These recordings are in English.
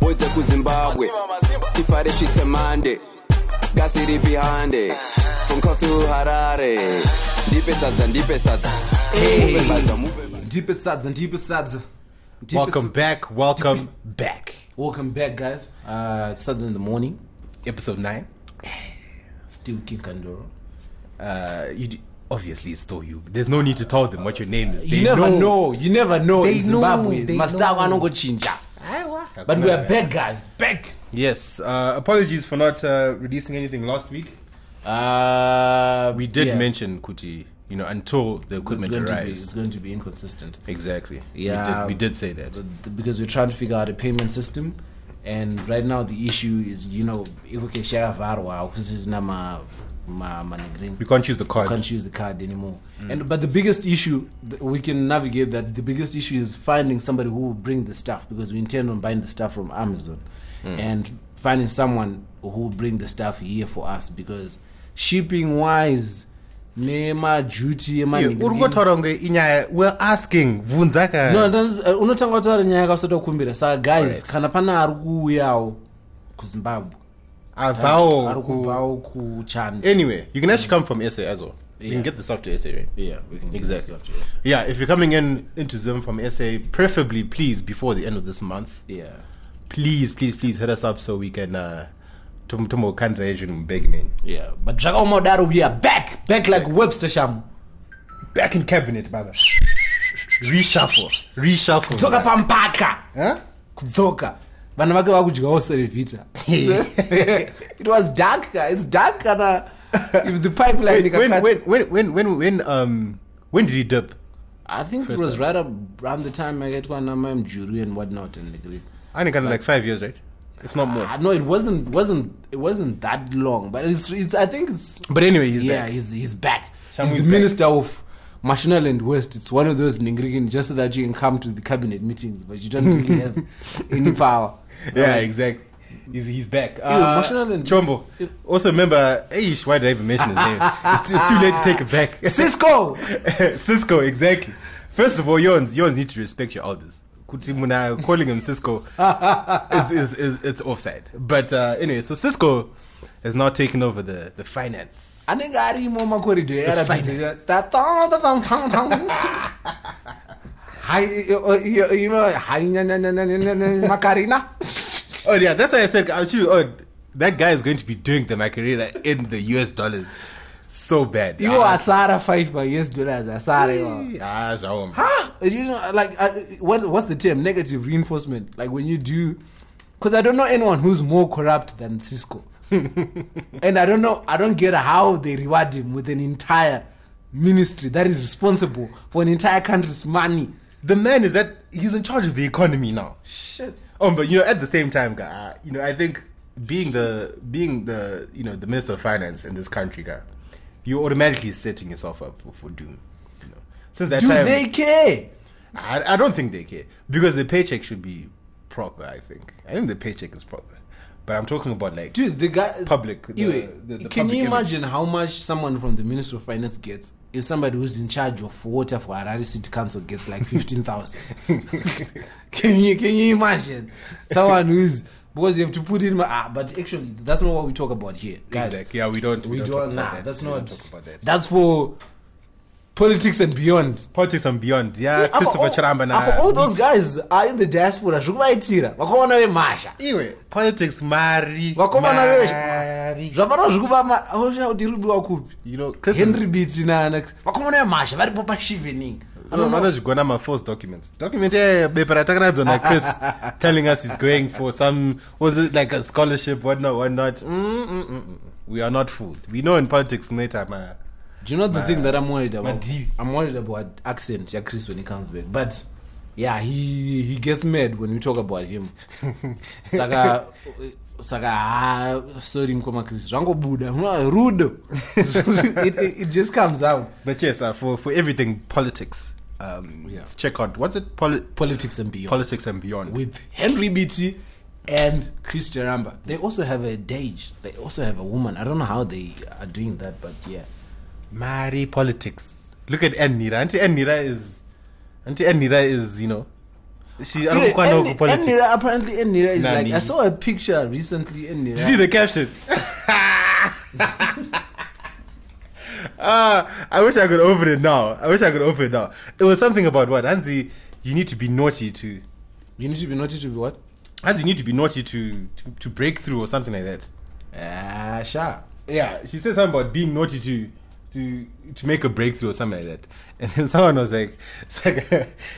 woze kuzimbabwe tifare chitemande gasi ripi hande from Kaap to harare ndipe sadza ndipe sadza mupe badza mupe badza. Deeper sadza, deeper sadza. Deeper Welcome sadza. back. Welcome back. Welcome back, guys. Uh, it's Sadza in the morning. Episode nine. Still King Kandoro. Uh, you d- obviously it's still you. There's no need to tell them what your name is. They you never know. You never know They in Zimbabwe. know, they Master know. anongochinja. But we are back, guys. Back. Yes. Uh, apologies for not uh, releasing anything last week. Uh, We did yeah. mention Kuti, you know, until the it's equipment going, to be, it's arrives. going to be inconsistent Exactly. Yeah. We did, we did say that. But- because we're trying to figure out a payment system. And right now the issue is, you know, because it's not my my money green. We can't use the card. can't use the card anymore. Mm. And but the biggest issue th- we can navigate that the biggest issue is finding somebody who will bring the stuff because we intend on buying the stuff from Amazon Mm. and finding someone who will bring the stuff here for us because shipping wise nema duty Yeah, ema- uri kutotaura kunge inyaya we're asking bvunza ka- No, that's- uh, unotanga kutaura nyaya yakasotokumbira saka guys Eh. Right. kana pane ari kuuyawo kuzimbabwe abvawo ari ku- Eh. kubvawo kuchanda anyway you can actually come from sa as well you Yeah. can get the stuff to sa right yeah, we can get Exactly. the stuff to us. Yeah, if you're coming in into Zim from SA, preferably please before the end of this month, yeah. please, please, please hit us up so we can uh tomo Kandrajun big man. yeah but zvakaomodaro we are back back like webster sham Back in cabinet, Baba. Reshuffle. Reshuffle. kudzoka pamupaka huh? kudzoka vanhu vake vakudyawo serevhita it was dark guy. it's dark kana if the pipeline Wait, when, ikacut- when when when when when um when did he dip? i think it First was time. right around the time akaitwa namam juri and what not and like, I think kind of like five years, right? If not more. ah, no it wasn't wasn't it wasn't that long but it's, it's i think it's But anyway, he's yeah back. he's he's back Shamu he's is the back. minister of Mashinal and West, it's one of those Ningrigan just so that you can come to the cabinet meetings, but you don't really have any power. Yeah, Right? exactly. He's, he's back. Uh, emotional and- Chombo. Also remember, eish, why did I even mention his name? It's, it's too late to take it back. Cisco! Cisco, exactly. First of all, yawns, yawns need to respect your elders. Kuti muna calling him Cisco is, is, is it's offside. But uh, anyway, so Cisco has now taken over the, the finance. anenge arimo makoridho finance. makarina Oh yeah, that's why I said I'm sure oh, that guy is going to be doing the macarena in the US dollars so bad. iwo asara 5 by us dollars asara iwawo. ah, Jawom. Ah, you know like uh, what, what's the term negative reinforcement like when you do because i don't know anyone who's more corrupt than cisco and i don't know i don't get how they reward him with an entire ministry that is responsible for an entire country's money the man is that he's in charge of the economy now. shit Oh, but you know, at the same time, guy, uh, you know, I think being the being the you know the minister of finance in this country, guy, you're automatically setting yourself up for, for doom. You know, since that do time, they care I, I don't think they care because the paycheck should be proper. I think I think the paycheck is proper, but I'm talking about like dude the guy Public, the- Anyway, the- the can public you image. imagine how much someone from the ministry of finance gets if somebody who's in charge of water for harare city council gets like 15000 can you can you imagine someone who's because you have to put in my ah, but actually that's not what we talk about here guys Exactly. Yeah, we don't. we talk don't about nah, that. that's We not don't talk about that. that's for politics and beyond Politics and beyond. Yeah, Apa Ah, Christopher all- Charamba. na- apa all those guys are in the diaspora zvikuvaitira vakaona vemasha Anyway, politics, Mari. vakomana Mari. veshe zvapano zviri kupa audirudwa oh, kupi You know, Chris is- henry biti nana vakomana vemasha varipo pashivening vanozvigona mafalse documents document iya bepa ratakanadzo nachris telling us he's going for some was it like a scholarship whatnot whatnot mm, mm, mm, mm. we are not fooled we know in politics uh, meta ma do you know the thing that i'm worried about Madivi. i'm worried about accent yachris when he comes back but yeah he, he gets mad when we talk about him saka saka ha sorry mkomachris zvangobuda Uno- rudo it, it, it just comes out but yes uh, for, for everything politics um, Yeah. check out what's it Poli- politics and beyond politics and beyond with Henry Beatty and Chris Jaramba. They also have a Dage. They also have a woman. I don't know how they are doing that, but yeah. Mari politics look at Ennira auntie Ennira is auntie Ennira is you know She, I don't quite know Enira- politics. Enira- apparently Enira is Nani? like I saw a picture recently. Enira. You see the caption? Ah, I wish I could open it now. I wish I could open it now. It was something about what Hansi. You need to be naughty to you need to be naughty to be what? Hansi. You need to be naughty to, to to break through or something like that. Ah, sure. Yeah, she said something about being naughty to to to make a breakthrough or something like that. And then someone was like, it's like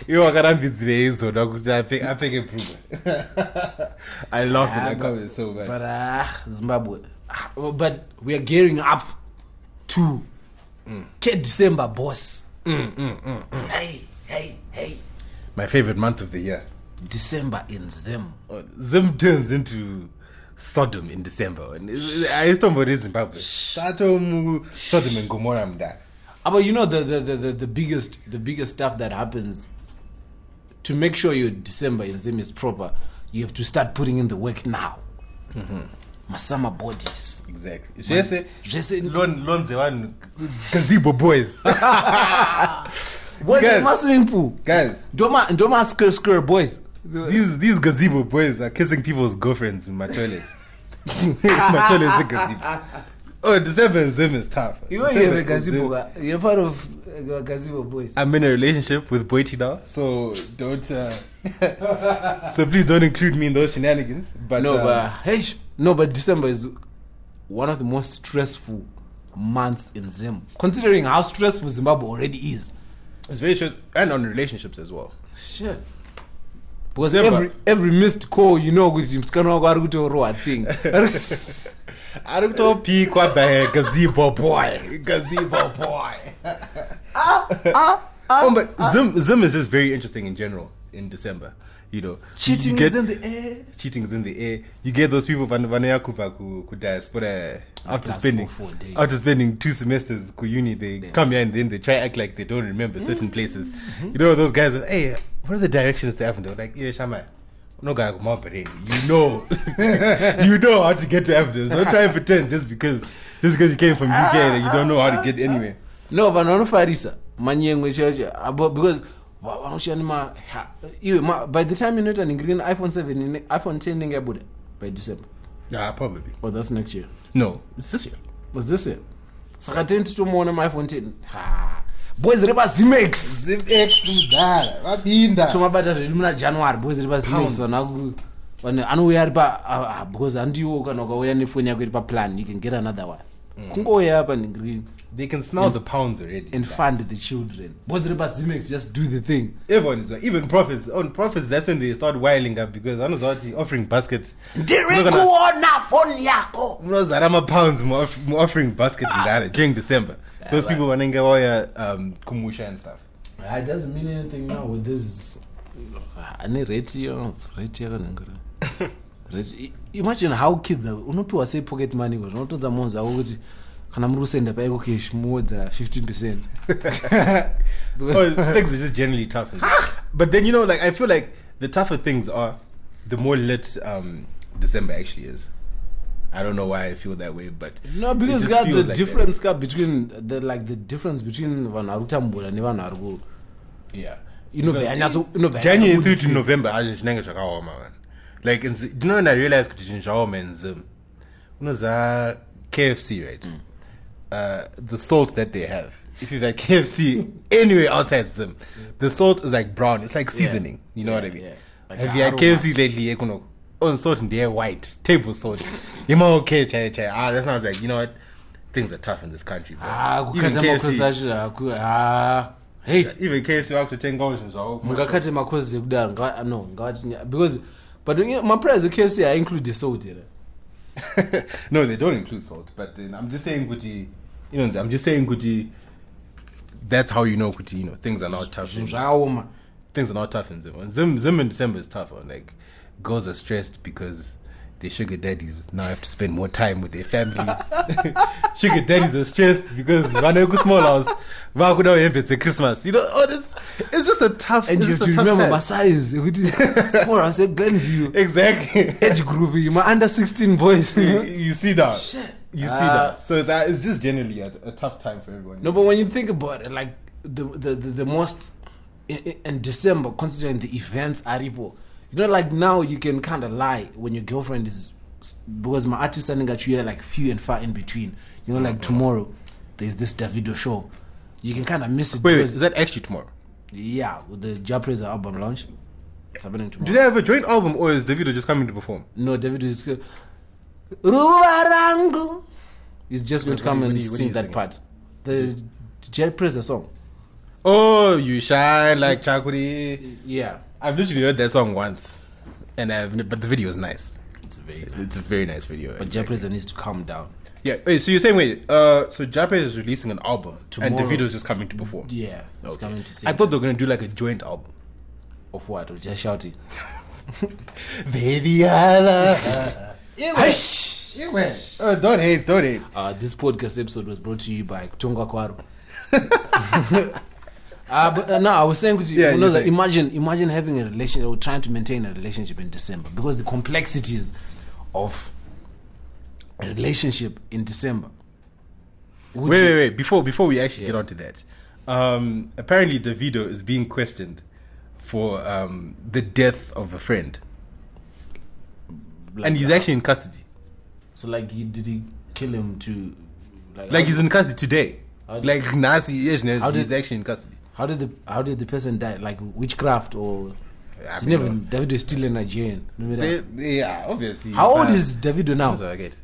you are gonna be raised or I think I think improve. I laughed at that comment so much. But ah, Zimbabwe. Ah, But we are gearing up to K December, boss. Mm, Hey, hey, hey. My favorite month of the year. December in Zim. Zim turns into Sodom in December. And it's- it's- I was talking about this in Zimbabwe. Sodom, Sodom and Gomorrah, mda. Ah, But you know the the, the, the the biggest the biggest stuff that happens to make sure your December in Zim is proper, you have to start putting in the work now. Masama bodies. Exactly. Jesse, Just in, Lon, Lon, the one, gazebo boys. boys, guys. masimpu. Guys, Doma doma skrr skrr boys. these these gazebo boys are kissing people's girlfriends in my toilets. my toilet's a gazebo. Oh, December in Zim is tough. You know you have a December in Zim- gazebo. guy. You're part of uh, gazebo boys. I'm in a relationship with Boiti now, so don't. Uh, so please don't include me in those shenanigans. But No, uh, but hey, sh- no, but December is one of the most stressful months in Zim, considering how stressful Zimbabwe already is. It's very short and on relationships as well. Sure. Because December. every every missed call, you know, kuti musikana wako ari kutaurawa thing. Ari kutopikwa by gazebo boy, gazebo boy. Ah, oh, but Zim, Zim is just very interesting in general in December. You know, Cheating you get, is in the air. cheating is in the air. You get those people van vanoyakuva ku ku diaspora after Plus spending for four days. after spending two semesters ku uni. They come here and then they try act like they don't remember Mm-hmm. certain places. You know those guys. Are, hey, what are the directions to Avondale? Like, yeah, Shama. No guy come up You know, you know how to get to Avondale. Don't try and pretend just because just because you came from UK that you don't know how to get anywhere. no vanhu vanofarisa manyengwe chaiwo chaiwo Abo- because va- vanoshaya nema ha, iwe ma- by the time inoita ningiri neiphone 7 ine- iphone 10 inenge yabuda by december Yeah, probably. or that's next year No, it's this year. was this year saka 10 titomuona maiphone 10 ha boys repazimax tomabata zvedu muna january boys repazimax Pounds. vanhu aku- vanhu anouya ari pa ah, ah, because handiwo kana ukauya nefoni yako iri paplan you can get another one kungouya apa ningiri They can smell the pounds already. and fund the children boys repazimax just do the thing Everyone is even prophets. On prophets, that's when they start wiling up because I was already offering baskets. ndirikuona foni yako Munozarama pounds more off- more offering basket in Dali during December. Those people wanting to wear um kumusha and stuff. Ah, it doesn't mean anything now with this Ah, ane rate iyo rate yakanangura Rate- i- imagine how kids are unopiwa sei pocket money ko zvinotodza monzi ako kuti kana muri kusenda paiko cash muwedzera 15 percent oh, things are just generally tough. isn't it? but then you know, like I feel like the tougher things are, the more lit um December actually is. I don't know why I feel that way, but no it because just ka feels the like that. difference ka between the like the difference between vanhu ari kutambura nevanhu ari ku Yeah. Inobva Because yanyatso- inobva January yanyatso through to kubudirira. November, I just nenga zvakaoma man. Like in, do you know when I realized kuti zvinhu zvaoma in Zim? Unoza KFC, right? Mm. Uh, the salt that they have. If you've had KFC anywhere outside Zim, the salt is like brown. It's like seasoning. You know what I mean? yeah. Like have a you had aroma. KFC lately? eh, Ekuno? On salt and they're white. Table salt. You might okay, chai chai. Ah, that's when I was like, you know what? Things are tough in this country. bro. ah Even kukata makosi KFC, acho haku- ah hey even KFC after 10 goals and so. mungakate makosi ekudaro ngava- no ngavati because but you know, maprice ekfc hainclude salt here no, they don't include salt. But then I'm just saying, Kuti, you know, I'm just saying, Kuti. That's how you know, Kuti. You know, things are not tough. zvinhu In, zvakaoma things are not tough in Zim. Zim, Zim in December is tough. On like, girls are stressed because their sugar daddies now have to spend more time with their families. sugar daddies are stressed because Vanoku small house, Vakuda it's a Christmas. You know, oh, this, it's just a tough. and it's you have just to a tough remember time. masize ekuti small house eglenview exactly. age group iyi maunder 16 boys you you, know? you see that. Shit. You see Ah. that. So it's, uh, it's just generally a, a tough time for everyone. no but when you think about it like the, the, the, the most i- i- in December, considering the events are You know, like now you can kind of lie when your girlfriend is because my artist standing at you are like few and far in between. You know, like tomorrow there's this Davido show. You can kind of miss it. Wait, wait, because- is that actually tomorrow? yeah, with the Japreza album launch. It's happening tomorrow. Do they have a joint album or is Davido just coming to perform? No, David is good. Ruwarangu. He's just going to come What and do you- what do sing you that sing? part. The Jet Press song. Oh, you shine like Chakuri. Yeah. I've literally heard that song once, and I've but the video is nice. It's very It's a very nice video. But Jet Press needs to calm down. yeah. Wait. So you're saying wait? Uh, so Japan is releasing an album, and Tomorrow. Davido's just coming to perform. Yeah. He's coming to sing. I thought they were gonna do like a joint album. of what? Of just shouting. Baby, I love. Hush. Uh, don't hate. Don't hate. Uh, this podcast episode was brought to you by Tonga Kwaro. Uh, but uh, no, I was saying, Yeah, yeah, you you're know, that saying. imagine imagine having a relationship or trying to maintain a relationship in December because the complexities of a relationship in December. Would wait, you- wait, wait. Before before we actually get onto that, um, apparently Davido is being questioned for um, the death of a friend, Like, and he's uh, actually in custody. so like he, did he kill him to like, Like how, he's in custody today. How- Like Nazi is How he's did- actually in custody. how did the how did the person die like witchcraft or I it's mean, never no. David is still a Nigerian remember They- uh, that? they- yeah, obviously. how old but- is Davido now That's what I get.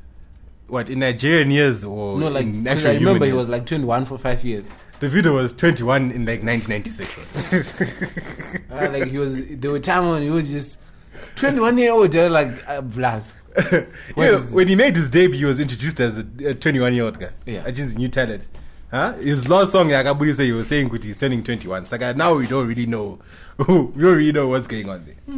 What in Nigerian years or no like in 'cause actual I remember human he was years? like 21 for 5 years Davido was 21 in like 1996. Uh, like he was there were time when he was just 21 year old they're like uh, blast What yeah, is this? when he made his debut, he was introduced as a a 21 year old guy. Yeah. I just new talent. Huh? His last song, Yakaburi, said he was saying good, he's turning 21. So like, uh, now we don't really know. we don't really know what's going on there.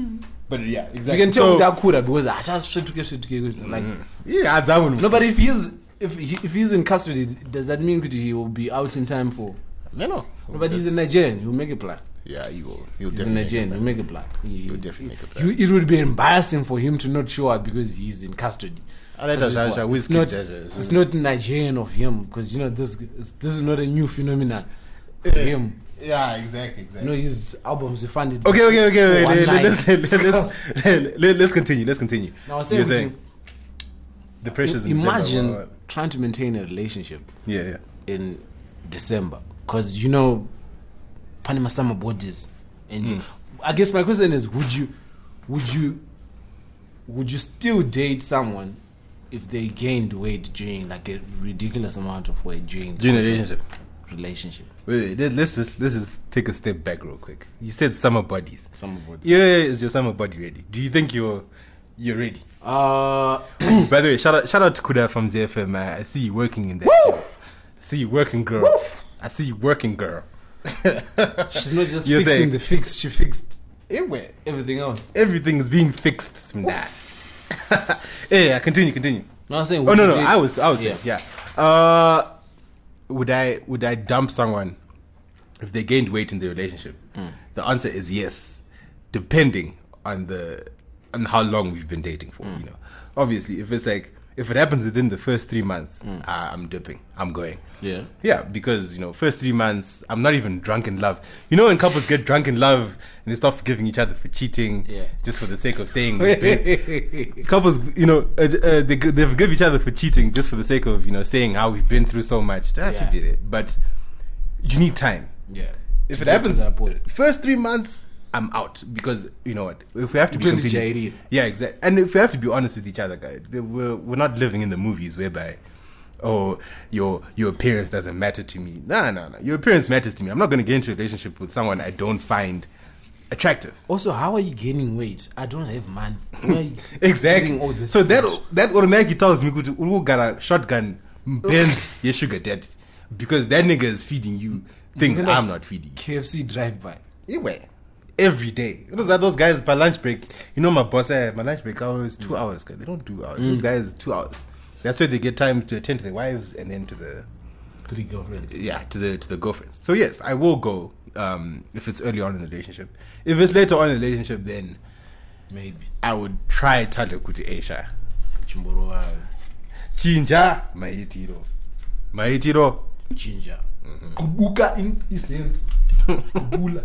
But yeah, exactly. Hmm. you can tell So- Mm-hmm. udakura because "Ah, achasvetuke svetuke like Yeah, that one. no but if he's if he, if he's in custody does that mean kuti he will be out in time for no, no. no, but he's a Nigerian he'll make a plan Yeah, you will. You'll he's a definitely. Nigerian he'll make a plan He- You'll definitely make a plan. You, it would be embarrassing for him to not show up because he's in custody. Ah, that This is is Jaja, what- it's, whiskey not, Jaja, it's so- not Nigerian of him because you know this is- this is not a new phenomenon for him. Yeah, exactly, exactly. You know his albums were funded. Okay, okay, okay. Wait, One let, line. let's, let's, let's, let, let, let's continue. Let's continue. Now I was You were saying, saying the pressures. to, in December imagine were- trying to maintain a relationship yeah, yeah. in December because you know Panama summer borders, and Hmm. you, I guess my question is: Would you, would you, would you still date someone if they gained weight during like a ridiculous amount of weight during the During a course of relationship. Relationship, Wait, wait, let, let's just let's just take a step back real quick. You said summer bodies. summer borders. Yeah, yeah, is your summer body ready? Do you think you're you're ready? Uh, Ooh, by the way, shout out shout out to Kuda from ZFM. I, I see you working in that. Woo! I see you working, girl. I see you working, girl. she's not just You're fixing saying- the fix; she fixed It went. everything else. Everything is being fixed. Nah. yeah, yeah, continue, continue. No, I'm saying. Oh would no you no! date- I was I was Yeah. yeah. yeah. Uh, would I would I dump someone if they gained weight in the relationship? The answer is yes, depending on the on how long we've been dating for. You know, obviously, if it's like if it happens within the first three months, ah, I'm dipping. I'm going. Yeah. Yeah, because you know, first three months, I'm not even drunk in love. You know, when couples get drunk in love and they start forgiving each other for cheating, Yeah. just for the sake of saying we've been- couples, you know, uh, uh, they they forgive each other for cheating just for the sake of you know saying how we've been through so much. That Yeah. should be it. But you need time. Yeah. If To it get to happens, that point. first three months, I'm out because you know what? If we have to be Twenty completely- JD. yeah, exactly. And if we have to be honest with each other, guys, the- we're we're not living in the movies whereby. Oh, your your appearance doesn't matter to me. No, no, no. Your appearance matters to me. I'm not going to get into a relationship with someone I don't find attractive. Also, how are you gaining weight? I don't have money. Where are you Exactly. getting all this so that food? that automatically tells me good who got a shotgun bends your sugar daddy because that nigga is feeding you things Look at I'm that. not feeding you. KFC drive-by. Anyway, every day. You know that those guys by lunch break. You know my boss. eh, my lunch break hour is two hours. 'cause They don't do hours. Those guys two hours. That's where they get time to attend to their wives and then to the Three girlfriends. yeah to the to the girlfriends. So yes, I will go um, if it's early on in the relationship. If it's later on in the relationship, then Maybe. I would try Tadle Kuti Asia. Chimboro wayo. chinja maitiro maitiro Ginger. Kubuka in his hands. Kubula.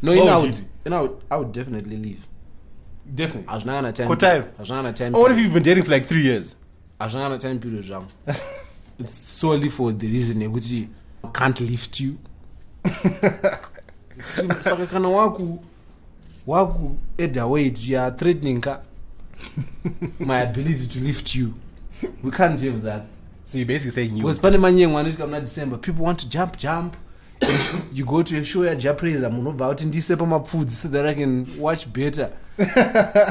no in Oh, out dude. in out i would definitely leave Definitely. hazvinangana time What time? hazvinangana time Or what if you've been dating for like three years? hazvinangana time period zvangu its solely for the reason yekuti I can't lift you Still, saka kana waku waku edawait youare threatening ka my ability to lift you we can't have that So you're basically saying you. because pane manyengwa anoitika muna december people want to jump jump And you go to a show yajapraiser munhu obva kuti ndiise pamapfudzi so that i can watch better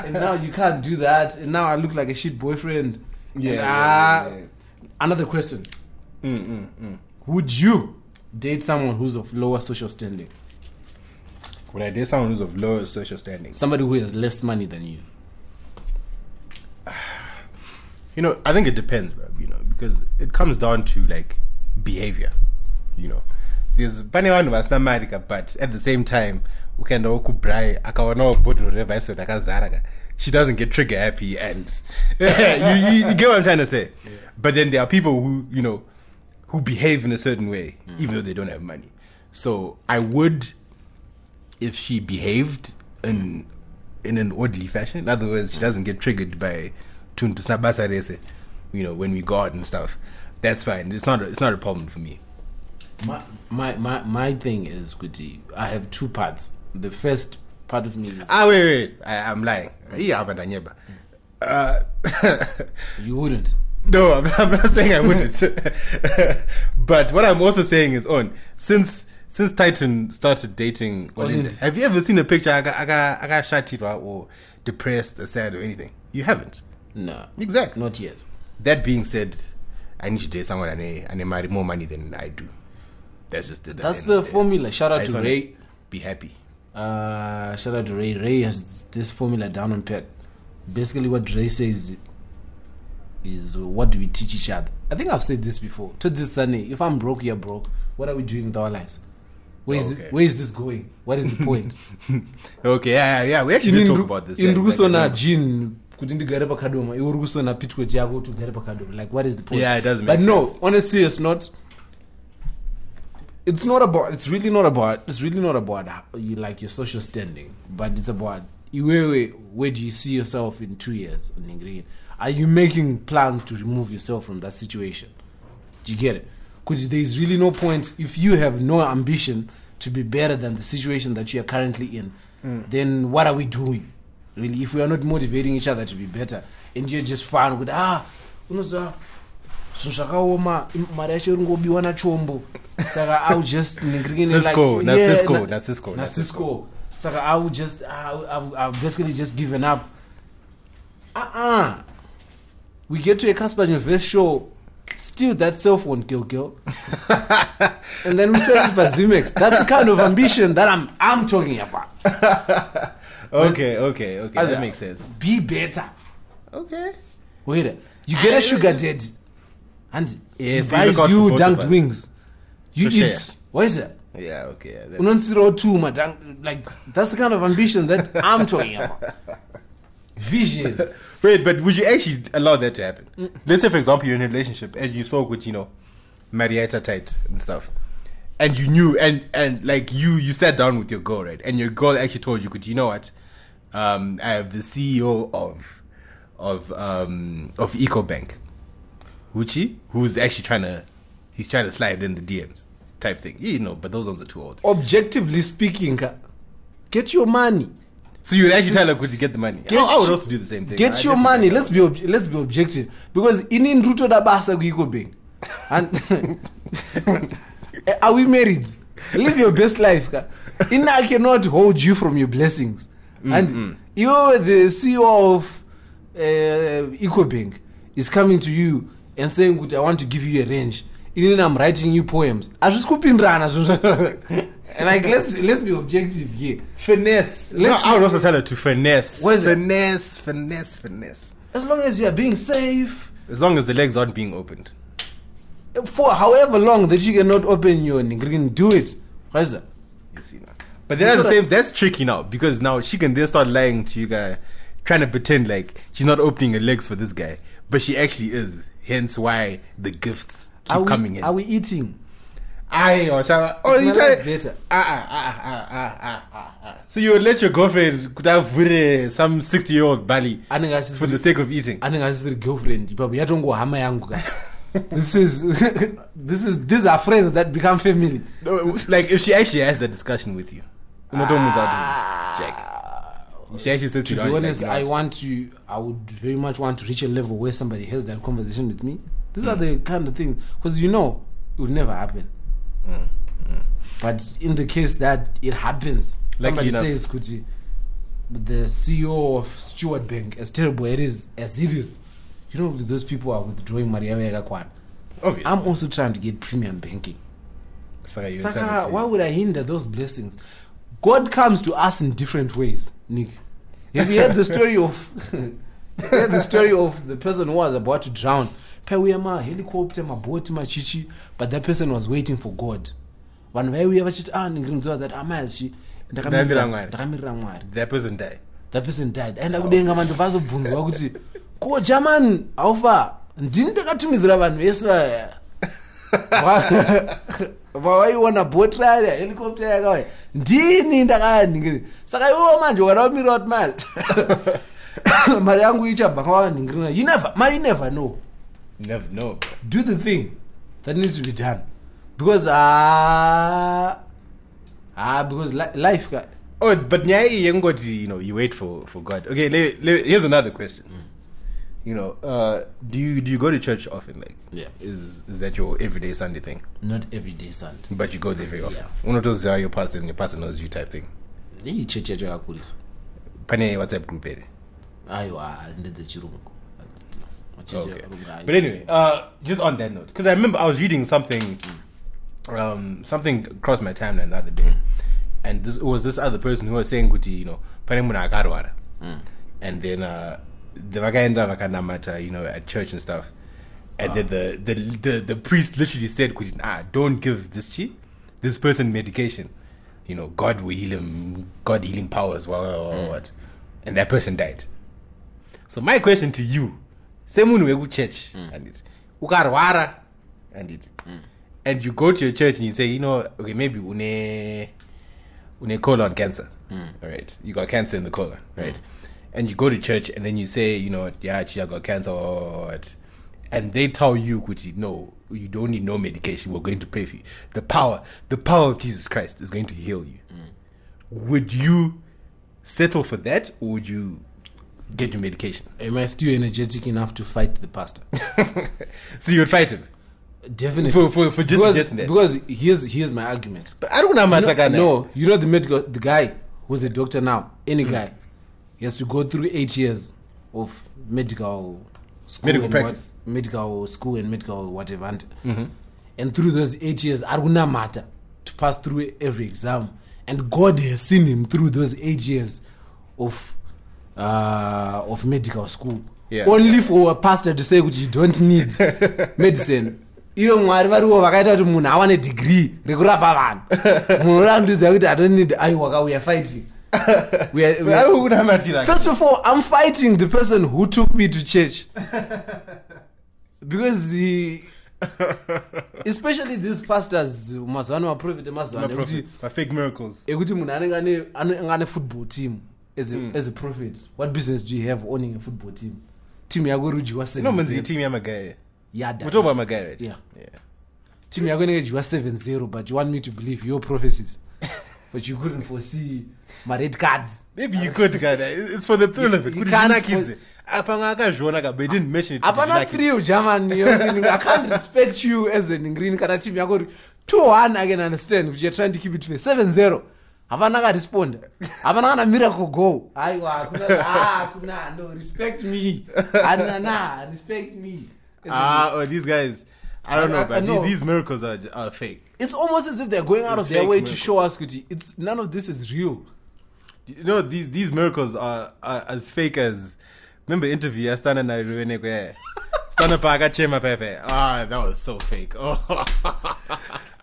and now you can't do that and now i look like a shit boyfriend Yeah, and, yeah, ah, yeah, yeah. another question Mm, mm, mm. would you date someone who's of lower social standing Would I date someone who's of lower social standing? somebody who has less money than you You know, I think it depends, bro. You know, because it comes down to like behavior. You know, there's funny one was not but at the same time, ukaenda huku brai akaonawo bhodhoro revhaisi rakazara ka, she doesn't get trigger happy and you, you, you get what I'm trying to say. But then there are people who you know who behave in a certain way even though they don't have money. So I would if she behaved in in an orderly fashion. In other words, she doesn't get triggered by tune to snapbasarese, you know, when we go out and stuff. That's fine. It's not a, it's not a problem for me. my my my, my thing is kuti i have two parts the first part of me is Ah wait wait, wait. I, I'm lying. Yeah, but I never. Uh, you wouldn't no, I'm, I'm not saying I wouldn't. but what I'm also saying is on since since Titan started dating Olinda, Olinda. have you ever seen a picture I got I got, I got shot or depressed or sad or anything? You haven't. no Exactly. not yet That being said, I need to date someone and I, and I marry more money than I do. That's just the, that's end the of it. formula shout I out just to wanna ray Be happy. uh, shout out to Ray. Ray has this formula down on pet. Basically, what Ray says is, "What do we teach each other?" I think I've said this before. To this Sunday, if I'm broke, you're broke. What are we doing with our lives? Where is Okay. it, where is this going? What is the point? Okay, yeah, yeah, yeah. We actually did talk about this. yeah, ndiri exactly. kusona jin kuti ndigare pakadoma iwe uri kusona pitwet yako kuti ugare pakadoma like what is the point Yeah, it doesn't but make no sense. on a serious note it's not about it's really not about it's really not about how you like your social standing but it's about iwewe where do you see yourself in two years in Ingrid? are you making plans to remove yourself from that situation do you get it because there is really no point if you have no ambition to be better than the situation that you are currently in Mm. then what are we doing really if we are not motivating each other to be better and you're just fun with ah unoziva zvinhu zvakaoma im- mari yacho iri ngobiwa nachombo saka i would just ndingiringe ne- Cisco, like- na yeah, Cisco, na- na Cisco, na na Cisco. saka i would just I, I've, i've basically just given up uh-uh we get to a Casper Nyovest show, steal that cell phone, Gil Gil, and then we sell it for Zimex. That's the kind of ambition that I'm I'm talking about. Okay, okay, okay. As that a- makes sense. Be better. Okay. Wait, a- you get a sugar daddy, and Yes, he we look buys out you for both of dunked us. wings. You For eat. share. What is it? Yeah, okay. Yeah, that- unondisirawo two madunk like that's the kind of ambition that I'm talking about. Vision. Wait, but would you actually allow that to happen? Let's say, for example, you're in a relationship and you saw good, you know, Marietta tight and stuff, and you knew, and and like you, you sat down with your girl, right? And your girl actually told you, "Good, you know what? Um, I have the CEO of of um of EcoBank, Huchi, who's actually trying to, he's trying to slide in the DMs type thing, you know. But those ones are too old. Objectively speaking, ka, get your money. So you would actually tell her, "Good, you get the money." Get I, I would your- also do the same thing. I get your definitely money would. let's be ob- let's be objective because inini ndiri kutoda basa kuiko bank And- are we married live your best life ka ini i cannot hold you from your blessings Mm, and you are the ceo of uh, ecobank is coming to you and saying kuti i want to give you a range inini i'm writing you poems hazvisi kupindirana zvinhu zva- like let's, let's be objective here Finesse. Let's- no, I would also tell her to finesse. What is it? finesse, finesse, finesse. as long as you are being safe As long as the legs aren't being opened. for however long that you cannot open your green, do it. Raisa. You see now. But then That's at the what I- same that's tricky now because now she can then start lying to you guy, trying to pretend like she's not opening her legs for this guy. But she actually is. Hence why the gifts keep Are we, coming in. are we eating? I washava. Oh, It's you my tell life better. Ah, ah, ah, ah, ah, ah, ah, ah. So you would let your girlfriend could have vure some 60 year old Bali anenge for the asisiri sake of eating. anenge asisiri girlfriend ipapo yatongo hama yangu ka this is this is these are friends that become family No, like if she actually has that discussion with you. Ah. She actually says to be honest i want to i would very much want to reach a level where somebody has that conversation with me these Mm. are the kind of things because you know it would never happen Mm, but in the case that it happens Lucky somebody enough. says kuti the ceo of steward bank as terrible it is as it is you know those people are withdrawing mari yavo yakakwana Obvious. i'm also trying to get premium banking Saka, you saka insanity. why would i hinder those blessings god comes to us in different ways nick have you heard the story of have you heard the story of the person who was about to drown paiuya mahelicopter mabhoti machichi but that person was waiting for god vanhu vaiuya vachiti ah ndingirimudziva zati amayashi Ndamirira Mwari." ndakamirira mwari that person die? that person died aenda kudenga vantu vazobvunzwa kuti ko german haufa ndini ndakatumidzira vanhu vese vaya Va- vavaiona bhoti raya helicopter yakauya ndini ndakayanhingirira saka iwewo manje waraumira kuti ma mari yangu ichabvanga wakanhingirira you never ma you never know Never know. bro. do the thing that needs to be done because ah ah because li life ka Oh, but nyaya iyi yekungoti you know you wait for for God. Okay, le, le, here's another question. You know, uh, do you do you go to church often? Like, Yeah. is is that your everyday Sunday thing? not everyday sunday But you go there very often. Yeah. One of those are your pastor and your pastor knows you type thing. ii chechi yacho yakakurisa Pane WhatsApp group eh? ere. aiwa ndedzechirungu Okay. But anyway, uh, just on that note, because I remember I was reading something, um, something crossed my timeline the other day, and this it was this other person who was saying, "Kuti, you know, pane munhu akarwara," and then uh, the vakaenda vakanamata, you know, at church and stuff, and then the, the the the priest literally said, "Kuti, nah, don't give this chi, this person medication, you know, God will heal him, God healing powers, what what, what, what," and that person died. so my question to you semunhu wekuchurch anditi ukarwara anditi and you go to your church and you say you know okay maybe une une colon cancer all right you got cancer in the colon right and you go to church and then you say you know what, yeah actually i got cancer what, what, what. and they tell you kuti no you don't need no medication we're going to pray for you the power the power of jesus christ is going to heal you would you settle for that or would you get your medication am i Eh, still energetic enough to fight the pastor so you would fight him definitely for for for just because, suggesting that. because here's here's my argument but I don't know no, matter kana. no you know the medical the guy who's a doctor now any Mm. guy he has to go through eight years of medical school Medical and practice. what- medical school and medical whatever and, and through those eight years ari kunamata to pass through every exam and god has seen him through those eight years of uh, of medical school Yeah. only for a pastor to say kuti you don't need medicine ivo mwari varivo vakaita kuti munhu awane dhigirii rekurapa vanhu munhu urandidzai kuti i don't need ai wakauya fighting We are- we But I are- don't know matter kana. First of all, I'm fighting the person who took me to church. because the, especially these pastors mazuvano maprofita My mazuvano ekuti prophets, my fake miracles. ekuti munhu anenge ane- ane- anenge ane football team as a, as a prophet what business do you have owning a football team team yako irikudyiwa No man's the 7-0. team I'm a guy. Yeah, We're that talking is- about my guy, right? yeah. Yeah. team yako inenge idyiwa 7-0 but you want me to believe your prophecies but you couldn't foresee mared cards Maybe you could kana. It's for the thrill of it. You Kuti can't zvinakidze. Apanga akazviona ka but he didn't mention it. kuti hapana zvinakidze. thrill germany yokuti i can't respect you as an ingrini kana team yako iri 2-1 i can understand kuti youare trying to keep it fair 7-0 hapana akaresponda hapana kana miracle go aiwa hakuna- ah, hakuna no respect me anana respect me As in, Ah, oh, these guys. I don't I- know, I- I but the- know. these miracles are j- are fake. it's almost as if they're going out It's of their fake way miracles. to show us kuti it's none of this is real You know, these these miracles are, are as fake as. Remember interview yastana na ruene kwe. Stana pa akachema pepe. Ah, that was so fake. Oh.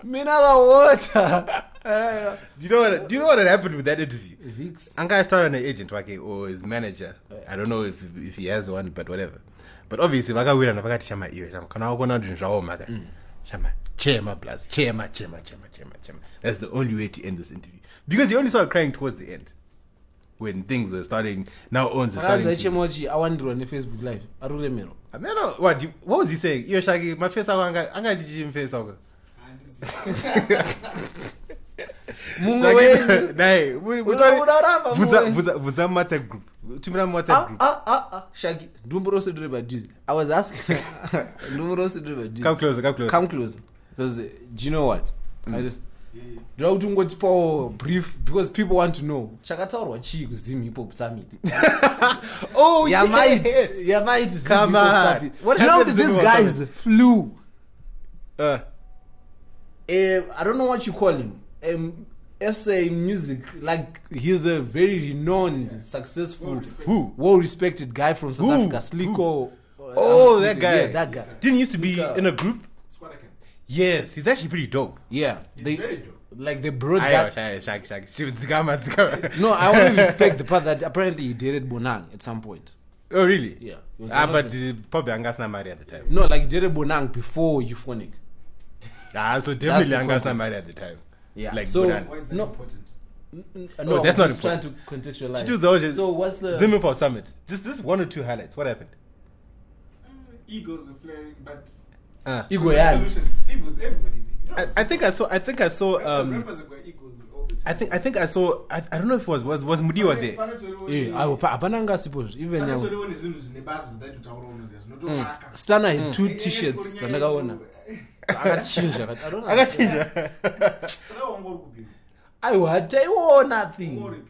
mineral water Uh, Do you know what? Do you know what had happened with that interview? Vicks. Angai started on an agent, wake or his manager. I don't know if if he has one, but whatever. But obviously, wakawira na wakati chama iyo chama. Kana wako na dunja o maka. Chama, Chema plus Chema, Chema, Chema, Chema, Chema. That's the only way to end this interview because he only started crying towards the end when things were starting. Now owns the akadzi starting. to- achema kuti awandirwa nefacebook live ari kuremerwa I mean, uh, what, do you- what was he saying? Yo, Shaggy, my face, I'm going to face. I'm mumwe wenyu Unoramba mwenyu. bvunza muwhatsapp group tumira muwhatsapp group Ah, ah, ah, shaki dumbu rose ndiri pajuzi i was asking dumbu rose ndiri pajuzi Come closer, come closer. come closer Mm. because uh, do you know what i just ndoda kuti ungotipawo brief because people want to know chakataurwa chii kuzim hip hop summit oh yamait yes. yamait Zim Come Hip Hop on. Summit. What do you know happened that these to Zim Hip Hop guys flew Uh, um, I don't know what you call him. Um, SA music, like he's a very renowned, successful, Who? well-respected guy from South Who? Africa, Slicko. uh, Slicko, oh that guy Yeah, that guy. didn't he used to be Look up. in a group Squad account. yes he's actually pretty dope Yeah, they very dope. like they brought Ayo, that. Shaggy, Shaggy, Shaggy. Shaggy, dzikama, dzikama. No, I only respect the part that apparently he dated Bonang at some point. oh really Yeah, he was ah one but of uh, probably angasina mari at the time No, like he dated Bonang before Euphonic. ah so definitely the angasina context. mari at the time Yeah, like uh, so- Why is that No. important? N- No, Oh, that's I'm not just trying to contextualize. Budan. So what's the? Zimbabwe summit just just one or two highlights what happened Uh, egos were flaring, but uh, Ego yani. solutions. Egos, everybody. You know, I, I think I saw I think I saw rappers, um rappers have got egos all the I time. think I think I saw I, I don't know if it was was was Mudiwa there Yeah, Eh, I apana ngasipo even yangu. panotoriwo nezvinhu zvine bazi zvatataura unoziva Mm. zvinotopaka stunner Hmm. had Eh, two t-shirts dzandakaona akachinja akati, "I don't understand." saka wangori kubhira aiwa hataiona Worried.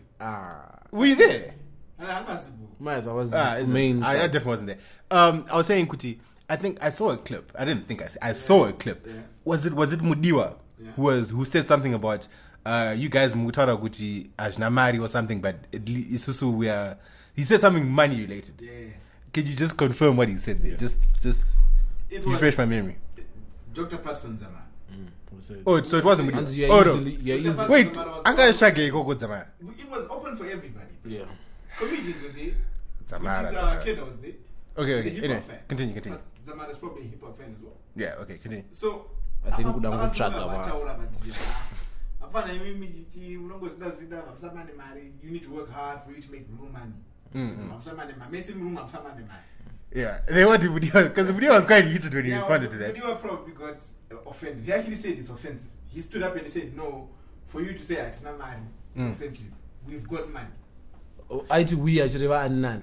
Were you there? ana hamasibo Ah, is it? I, I thingmainso definitely wasn't there. Um, I was saying Kuti. I think I saw a clip. I didn't think I s- I saw a clip. Yeah. Was it was it Mudiwa who was who said something about uh you guys mutara Kuti Ajnamari or something? But at le- Isusu we are. He said something money related. Can you just confirm what he said there? Just just It was- refresh my memory. dr patson zama Oh, so it wasn't And Mudiwa. you Oh are no. easily, you are Wait, easily, Wait, angashage ikoko dzamara. it was open for everybody yeah. comedians were there Zamara, Uchinza Zamara. Keda was there Okay, He's uh, okay. a hip-hop Anyway, fan. continue, continue. But Zamara is probably a hip hop fan as well Yeah, okay, continue. so I think apa- kuda apa- kutsvaga apa- wa- vataura vati, hapana imimi chichi unongozvida zvida hamusamane mari you need to work hard for you to make real money hamusamane mari mesi murume hamusamane mari Yeah, they wanted Mudiwa because Mudiwa was quite heated when he responded to that. But you were probably got uh, offended. He actually said it's offensive. He stood up and he said, No, for you to say it's not money, it's Mm. offensive. We've got money. Oh, aiti we achireva ani nani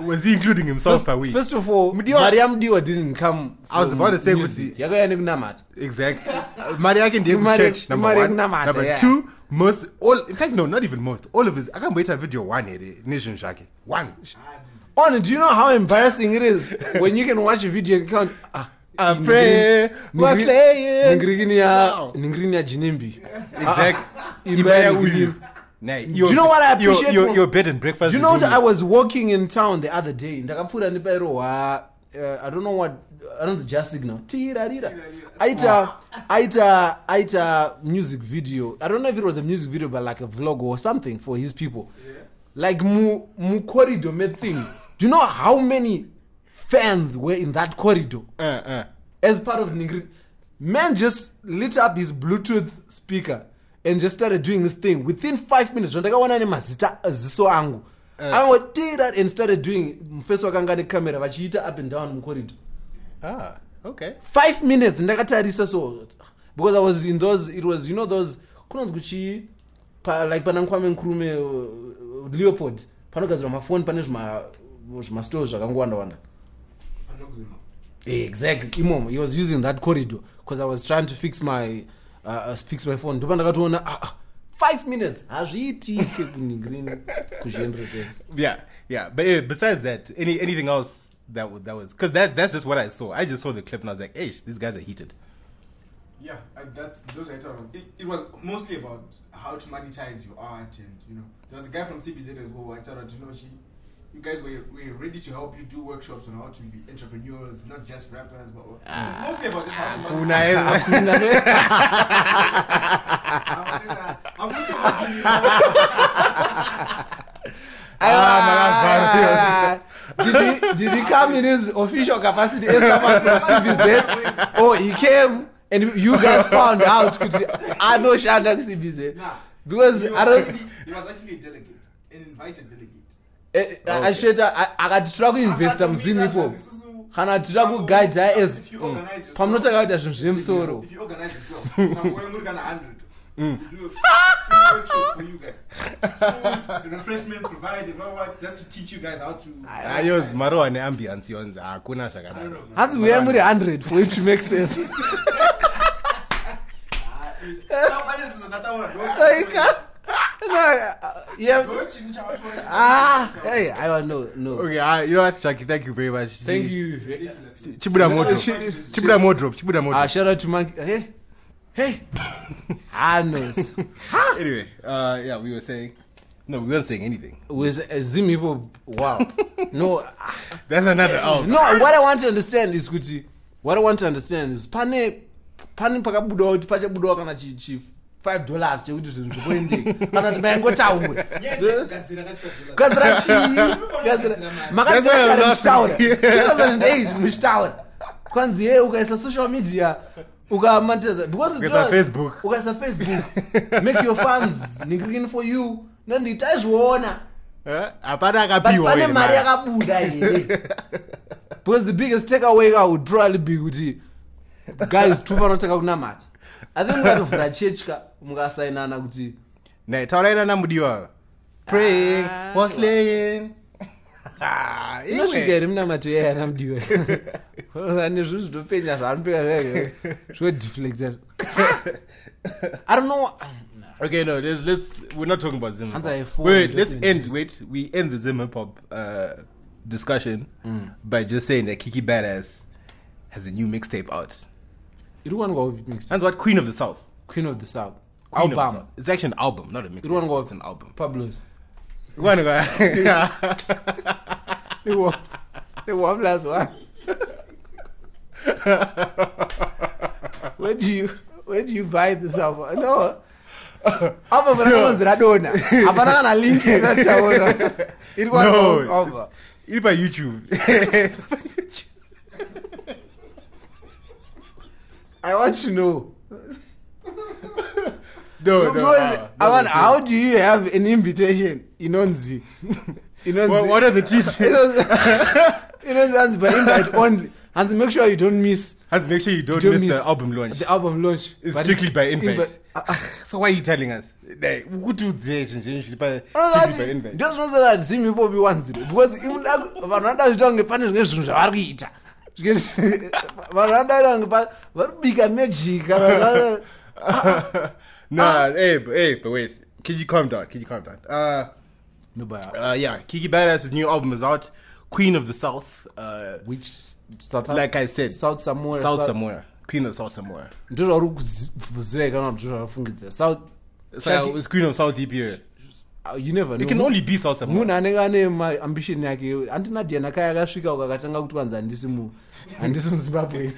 Was he including himself first, per week? first of all Mudiwa- maria mudiwa didn't come I was from about to say New kuti- Zealand. yakauya nekunamata exactly. Maria can deal with Imari- church. Number imari one. kunamata, Number yeah. two, most all. In fact, no, not even most. All of his. I can't wait a video one here. the Nation Shaki. One. Ah, this- on do you know how embarrassing it is when you can watch a video and count ah, I pray we're playing. Wow. ningirinia jinembi Exactly. Imba Imba ya yangu uyu. hiyo. Nah, Do you know what I appreciate Your, your, from- your bed and breakfast. Do you know is what? I uyu. was walking in town the other day. Ndakapfuura nepairo wa uh, I don't know what anonzi just signal. Tirarira. Aita aita aita music video. I don't know if it was a music video but like a vlog or something for his people. Like mu mu corridor me thing. Do you know how many fans were in that corridor Uh, uh. as part of Ningrid? Man just lit up his Bluetooth speaker and just started doing his thing. Within five minutes, vandakawana nemazita uh, ziso angu angotira and started doing mufeso wakanga nekamera vachiita up and down mucorridor Ah, okay. five minutes ndakatarisa so because i was in those it was you know those kunonzi kuchi pa, like pana nkwame nkurume uh, leopold panogadzirwa mafoni pane zvima- zvimastore zvakangowandawanda I'm not gonna- exactly imomo he was using that corridor because i was trying to fix my uh, uh, fix my phone ndopa ndakatoona ah, ah, five minutes hazviitike kuningrin kuzhendereke Yeah, yeah. But uh, besides that, any anything else that w- that was because that that's just what I saw. I just saw the clip and I was like, "Hey, these guys are heated." Yeah, uh, that's those are talking. It, it was mostly about how to monetize your art, and you know, there was a guy from CBZ as well. I thought, that, you know, she, you guys were, were ready to help you do workshops on how to be entrepreneurs, not just rappers, but but Ah. mostly about just how to monetize. I'm mostly about Ah, did, Oh, he, did he come in his official capacity as someone from CBZ? Or he came and you guys found out kuti anoshanda kucbz Nah. because He was- I don't- he was actually a delegate, an invited delegate. eh, ashweta a- akati tira kuinvesta Akati musini mina ipo zvazisusu- kana tira kugaidha as If you organize yourself- pamunoti takaita zvinhu zvine musoro Mm. If you organize yourself, pamwe muri kana 100, we do a full workshop for you guys. Food, refreshments provided, blah, blah, blah, just to teach you guys how to. Ah, yonzi maruva neambulansi yonzi hakuna I don't know, man. hanzi uyai muri 100 for it to make sense Ah, it's- Somebody is not our door. Aika. No, yeah. Door chinhu chavatoona. Ah, hey, I don't know. No. shakadayokayyoutchaki thank ah, you very much Thank you. Ridiculous. chibuda modrop Chi- chibuda modrop chibuda Ah, modrop shout out to Monkey. Hey. Hey. Ah, I know. anyway uh yeah we were saying no we weren't saying anything With uh, Zim Evil. Wow. No. ah, that's another oh. album No, what I want to understand is kuti what I want to understand is pane pane pakabudawo kuti pachabudawo kana chi chi 5 dollars chekuti zvinhu zvokuendeka kana kuti maingotaura Yeah, kugadzira kachikadzira. gadzira chii gadzira That's why I makadziragara was muchitaura laughing. 2008 muchitaura kwanzi ye ukaisa social media ukamateza because Ukaisa ndiyo- Facebook. ukaisa facebook make your fans nicrikin for you nondi taizviona Eh? hapana but akapiwa pane wena, mari man. yakabuda here because the biggest takeaway ka would probably be kuti guys two panotanga kunamata i think mukatovhura church ka mukasainana kuti Naye, taurai nanamudiwa praying Ah. was laying inosvika here munamato iya yana mudiwa ane zvinhu zvinopenya zvaanopenya zvake zvodeflecta i don't know Okay, no, let's let's we're not talking about Zim. Hands are full Wait, of let's listening end. to Wait, we end the Zim hip hop uh, discussion Mm. by just saying that Kiki Badass has a new mixtape out. iri kuwanikwa kupi mixed That's what Queen of the South. queen of the south Queen of the album South. It's actually an album, not a iri kuwanikwa mixtape. kupi It's an album. pablos Guanaga- pablos wa where do you where do you buy this album no apa panakanonzi radona hapana kana link inataura iri kuwanikwa no, kupi it's- it's by YouTube. i want to know no, no, because uh, I no, want, no. how do you have an invitation inonzi inonzi What, what are the cheats? inonzi inonzi hanzi by invite only hanzi make sure you don't miss Has make sure you don't, don't miss, miss the album launch. the album launch It's But strictly by invite. invi- Ah, ah. so why are you telling us? Like, ukutiudze nje nje nje pa- strictly by Akati, invite. ndozvinozoda kuti zimi ipopi wanzire because imuda- vanhu vanoda kuita kunge pane zvimwe zvinhu zvavari kuita Zvimwe zvi- vanhu vanoda kuita kunge pa- vari kubika mejika vanhu vanoda- nah, hey, but, hey, but wait. Can you calm down? Can you calm down? Uh, uh, yeah, Kiki Badass's new album is out. Queen of the South. Uh, which s- south like I said, south samoa South Samoa. Queen of South Samoa. ndiro zvauri kuziva kana kuti ndiro zvaurifungidza south It's like it's Queen of South Ethiopia. uh, you never It know. can Mu- only be South Samoa. munhu anenge ane maambisheni yake handina diana kaya akasvika ukakatanga kuti kwanzi handisi mu handisi muzimbabwe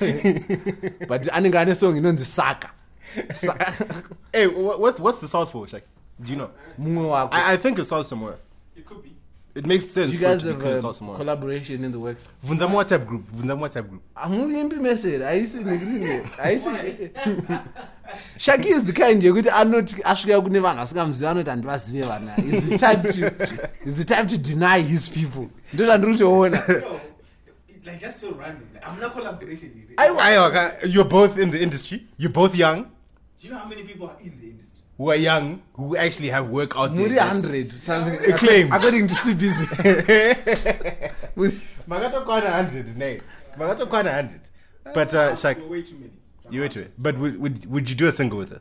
but anenge ane song inonzi saka Sa- Hey, wha- what's what's the South for? Like, do you know? mumwe wako I, I think it's South Samoa. It could be. It makes sense you for it guys to have um, be Queen of a South Samoa. collaboration in the works Vunzamu WhatsApp group. Vunzamu WhatsApp group. hamuimbi mese here haisi negrini haisi shaki is the kind yekuti anoti asvika kune vanhu vasingamuzivi anoti handivazive vana is the type to is the type to deny his people ndo zvandiri kutoona No, it- like that's so random. Like, I'm not collaboration. It's I, like, you're both in the industry. You're both young. Do you know how many people are in the industry? Who are young? Who actually have work out there? muri 100 That's- something Acclaimed. according to cbz With- Makatokwana 100, nay. Makatokwana 100. But uh, Shaq, We're way too many. you wait to it. But would, would would you do a single with it?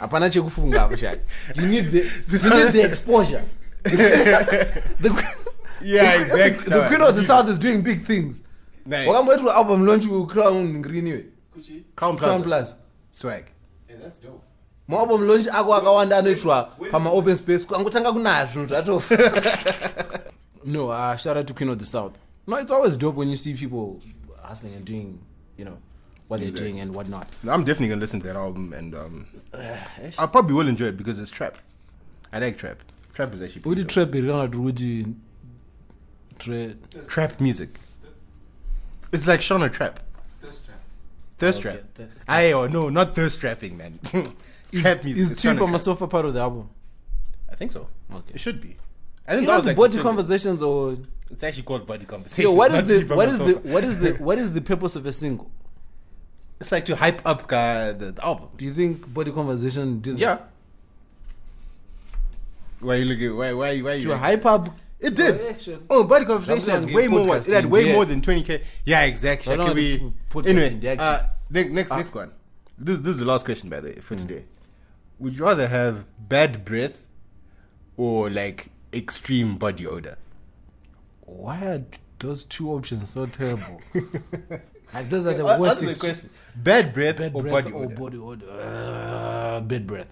hapana chekufunga apo shai you need the, you need the exposure the, Yeah, the, exactly. the queen of the south is doing big things Nay. wakamboitwa album launch crown green iwe Kuchi? Crown Plaza. crown plus Swag. Yeah, that's dope. maobomu launch ako akawanda anoitwa pamaopen space angotanga kunaya zvinhu zvatofa no uh, shout out to queen of the south no it's always dope when you see people hustling and doing you know what they're doing and what not No, I'm definitely gonna listen to that album, and um, I probably will enjoy it because it's trap. I like trap. Trap is actually pretty uri dope. trap here kana kuti kuti tre trap music. It's like Shauna trap. thirst trap. Thirst Okay, trap. thir- I oh no, not thirst trapping, man. Is, trap music. is it's kinda Chimpa trap. Masofa part of the album? I think so. Okay. It should be. I think You that know was the like body single. conversations or It's actually called body conversation. yo, what is not the Chipa what is the Masofa. what is the what is the purpose of a single? It's like to hype up uh, the, the album. Do you think body conversation did that? Yeah. Why are you looking? Why why why? are you to like- hype up? It did. Correction. Oh, body conversation Sometimes has we way more. podcast It had in way there. more than twenty k. Yeah, exactly. I don't want Can we- to put this in anyway, there. uh, next next next one. This this is the last question by the way for today. Would you rather have bad breath or like extreme body odor? Why are those two options so terrible? like those are the What- worst. what is the ex- Uh, question? Bad breath Bad or breath body or odor? body odor? Uh, bad breath.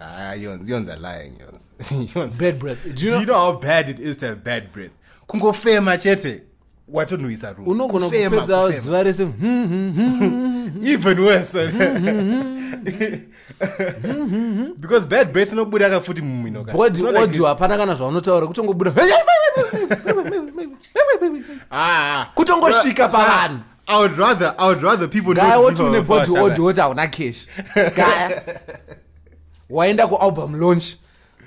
ah, yawns, yawns are lying. Yawns. yawns. Bad breath. Do you Do know? you know how bad it is to have bad breath? Kungofema chete. watonhuwisa room. unogona Kufema, kupedza kufema. zuva rese "Hmm, hmm, hmm." even worse eh? because bad breath inobuda akafuti mumwino ka. body It's not like audio it- hapana kana zvaunotaura kutongobuda Ah, ah. Kutongosvika Bruh, pavanhu. I would rather I would rather people gaya woti notice people une before body us, audio woti hauna keshi gaya waenda kualbum launch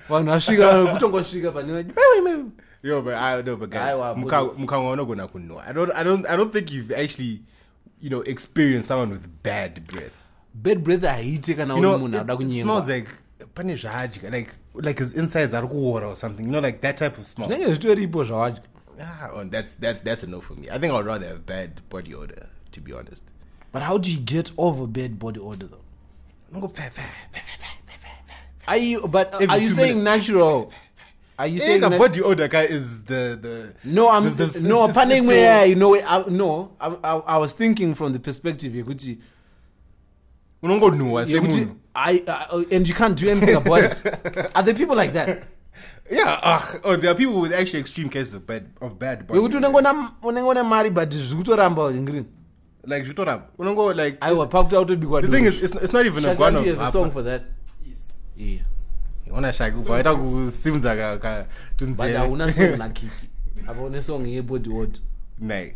vanhu vasvika kutongosvika pane like- Yo, but I know, but guys, Guy wa- muka- mukanwa unogona kunwa. I don't I don't I don't think you've actually you know experienced someone with bad breath. bad breath haiite kana You uri know, munhu it- anoda it smells kunyengwa like pane zvaadya like like his insides are kuora or something. You know like that type of smell. zvinenge zvitoripo zvavadya Ah, oh, that's that's that's a no for me. I think I would rather have bad body odor, to be honest. but how do you get over bad body order though Ungo phe- phe- phe- phe- phe- phe- phe- phe. are you but Every are you two saying natural are you saying Inga nat- body odor guy is the the Eh, no i'm this- this- no it's- pane it's imwe your- yaya ino I- no I, I, i was thinking from the perspective yekuti unongonuhwa yekuti semunhu I, I, and you can't do anything about it are there people like that yeah ah, oh there are people with actually extreme cases of bad of bad body yekuti odor. unengona unengona mari but zviri kutoramba ngrini like zvitoramba unongo like aiwa pakuti autobikwa the thing is it's, it's not even a guano song for that Yes. yeah. ona shaka ukaita kusimudza ka ka but hauna song nakiki apa une song yebody word nay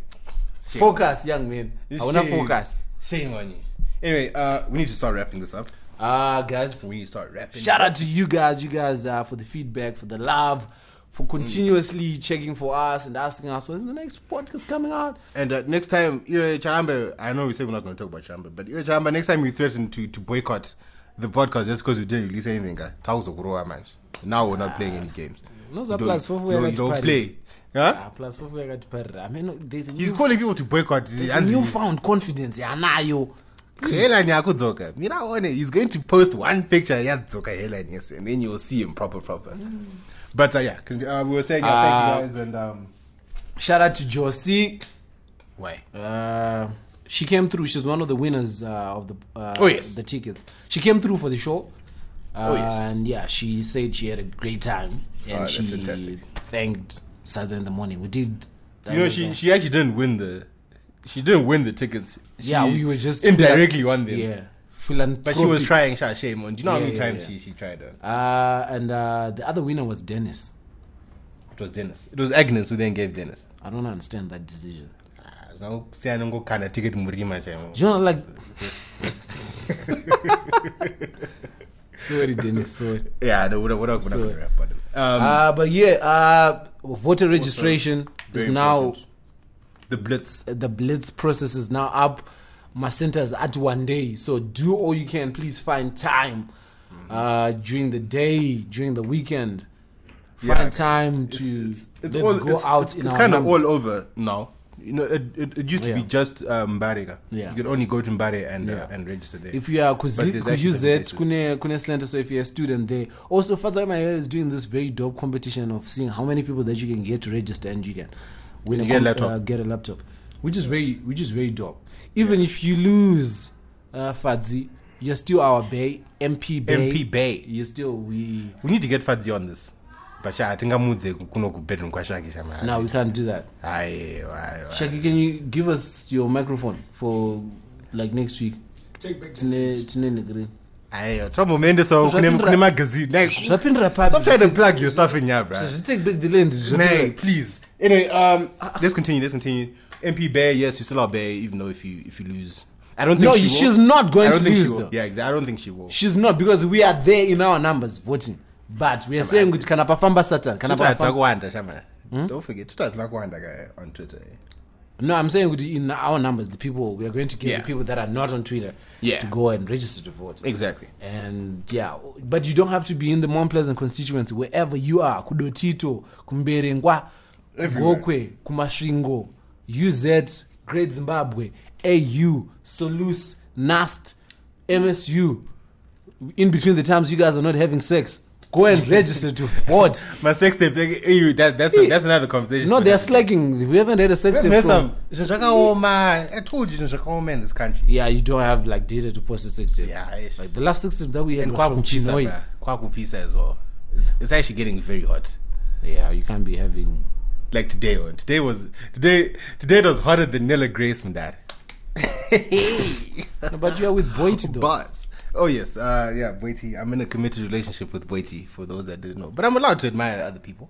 focus young man hauna Shame. focus shame on you anyway uh we need to start wrapping this up ah guys we need to start wrapping shout out to you guys you guys uh, for the feedback for the love Mm. for continuously checking for us and asking us when the next podcast coming out And uh, next time, Iwe Charambe, I know we say we're not going to talk about Charambe, but Iwe Charambe, next time you threaten to, to boycott the podcast just because we didn't release anything, uh, guys, Taos of Kuroa, man. Now we're not playing any games. No, it's a Don't- plus, what we are don't, going to don't play. party. Huh? Ah, plus fofu yakatiparira i mean there's a He's new, calling people to boycott. there's a newfound confidence yanayo Headline yako Zoka. Miraone, He's going to post one picture yeah, Zoka headline, yes, and then you'll see him proper, proper. But uh, yeah, con- uh, we were saying yeah, Uh, thank you guys and um, shout out to josie why? uh, she came through she's one of the winners uh, of the uh, Oh, yes. the tickets she came through for the show uh, Oh, yes. and yeah she said she had a great time and Oh, that's she fantastic. thanked saturday in the morning we did that you know, was she a- she actually didn't win the she didn't win the tickets. She yeah we were just indirectly won them. yeah philanthropic. But she was trying Sha Shame on. Do you know how Yeah, many yeah, times yeah. she she tried on? uh, and uh, the other winner was dennis It was Dennis. It was Agnes who then gave Dennis. i don't understand that decision Ah, so say I don't go kind of ticket murima chamo. Do you know like sorry dennis sorry Yeah, no, we're not we're not So- going to rap about them. Um, uh, but yeah uh, voter registration is very now important. the Blitz. the blitz process is now up my center is at one day so do all you can please find time Mm-hmm. uh, during the day during the weekend find Yeah, guys. time to It's let's all go it's, out It's, in it's our kind of numbers. all over now. You know, it, it, it used to be Yeah. just um, Mbare. Yeah. You could only go to Mbare and uh, Yeah. and register there. if you are But there's actually kuzi different it places. kune kune center so if you're a student there also Father Mayer is doing this very dope competition of seeing how many people that you can get to register and you can win You get a laptop. uh, get a laptop which is very which is very dope even if you lose uh, Fadzi you're still our bay MP bay MP Bay. you're still we we need to get Fadzi on this. But Sha, I think I'm with the Kunoku bedroom. Kwashaki Shama. no we can't do that Aye, aye, aye. Shaki can you give us your microphone for like next week Take back the tine tine negrin aiyo trouble mendesawo kune Zvapindura- kune magazini like zvapindura pati stop trying to plug your stuff in here bro zvitake back the land zvapindura- nay please anyway um let's continue let's continue MP Bear, yes, you still are Bear, even though if you if you lose, I don't think No, she will. she's not going I don't to think lose, She will. though. Yeah, exactly. I don't think she will. she's not because we are there in our numbers voting but we are saying kuti kana pafamba satan kana Twitter pafamba- tinakuwanda shama. Hmm? Don't forget, Twitter tinakuwanda guy on Twitter. eh. no i'm saying kuti in our numbers the people we are going to get Yeah. the people that are not on twitter Yeah. to go and register to vote Exactly. and yeah but you don't have to be in the mount pleasant constituency wherever you are kudotito kumberengwa gokwe kumasvingo uz great zimbabwe au solus nast msu in between the times you guys are not having sex go and register to vote My sex tape, like, ew, that, that's that's another conversation. no they're slacking we haven't had a sex tape from- Mesa, zvinhu zvakaoma. oh, I told you, zvinhu zvakaoma in oh, this country. yeah you don't have like data to post a sex tape Yeah, yes. like the last sex tape that we had And was from kwakupisa, Chinoi. bruh. kwakupisa as well. It's, it's actually getting very hot. yeah you can't be having Like today, on today was today today it was hotter than Nella Grace from that. no, but you are with Boyd though But oh yes, uh, yeah, Boiti. I'm in a committed relationship with Boiti. For those that didn't know, but I'm allowed to admire other people.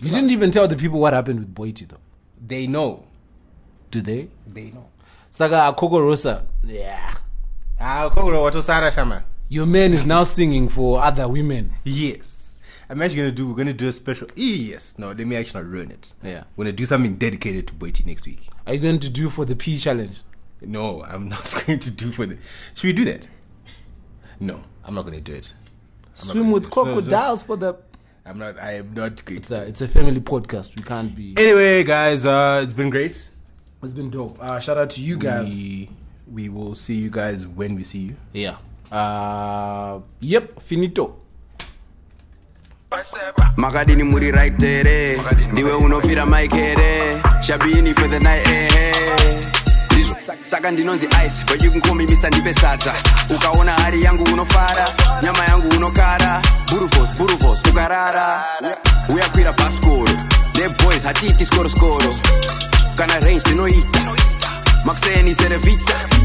you didn't even tell the people what happened with Boiti though They know. do they They know. Saga Kokorosa yeah Ah, Kogoro Watosara Shama. your man is now singing for other women Yes. I'm actually gonna do we're gonna do a special yes. No, let me actually not ruin it. Yeah. We're gonna do something dedicated to Boiti next week. are you going to do for the P challenge No, I'm not going to do for the Should we do that? No, I'm not gonna do it. swim with gonna do it. No, no. crocodiles for the I'm not I am not going it's a, to it's a family podcast we can't be Anyway guys, uh it's been great. it's been dope uh, shout out to you guys We we will see you guys when we see you. yeah uh yep finito makadini muri right here ndiwe unofira mike here shabini for the night eh, ehe Ndizvo. Saka- saka ndinonzi ice but you can call me mr ndipe sata ukaona hari yangu unofara nyama yangu unokara buruvos buruvos ukarara uyakwira bhasikoro theboys hatiiti skoroskoro kana range ndinoita makuseni serevita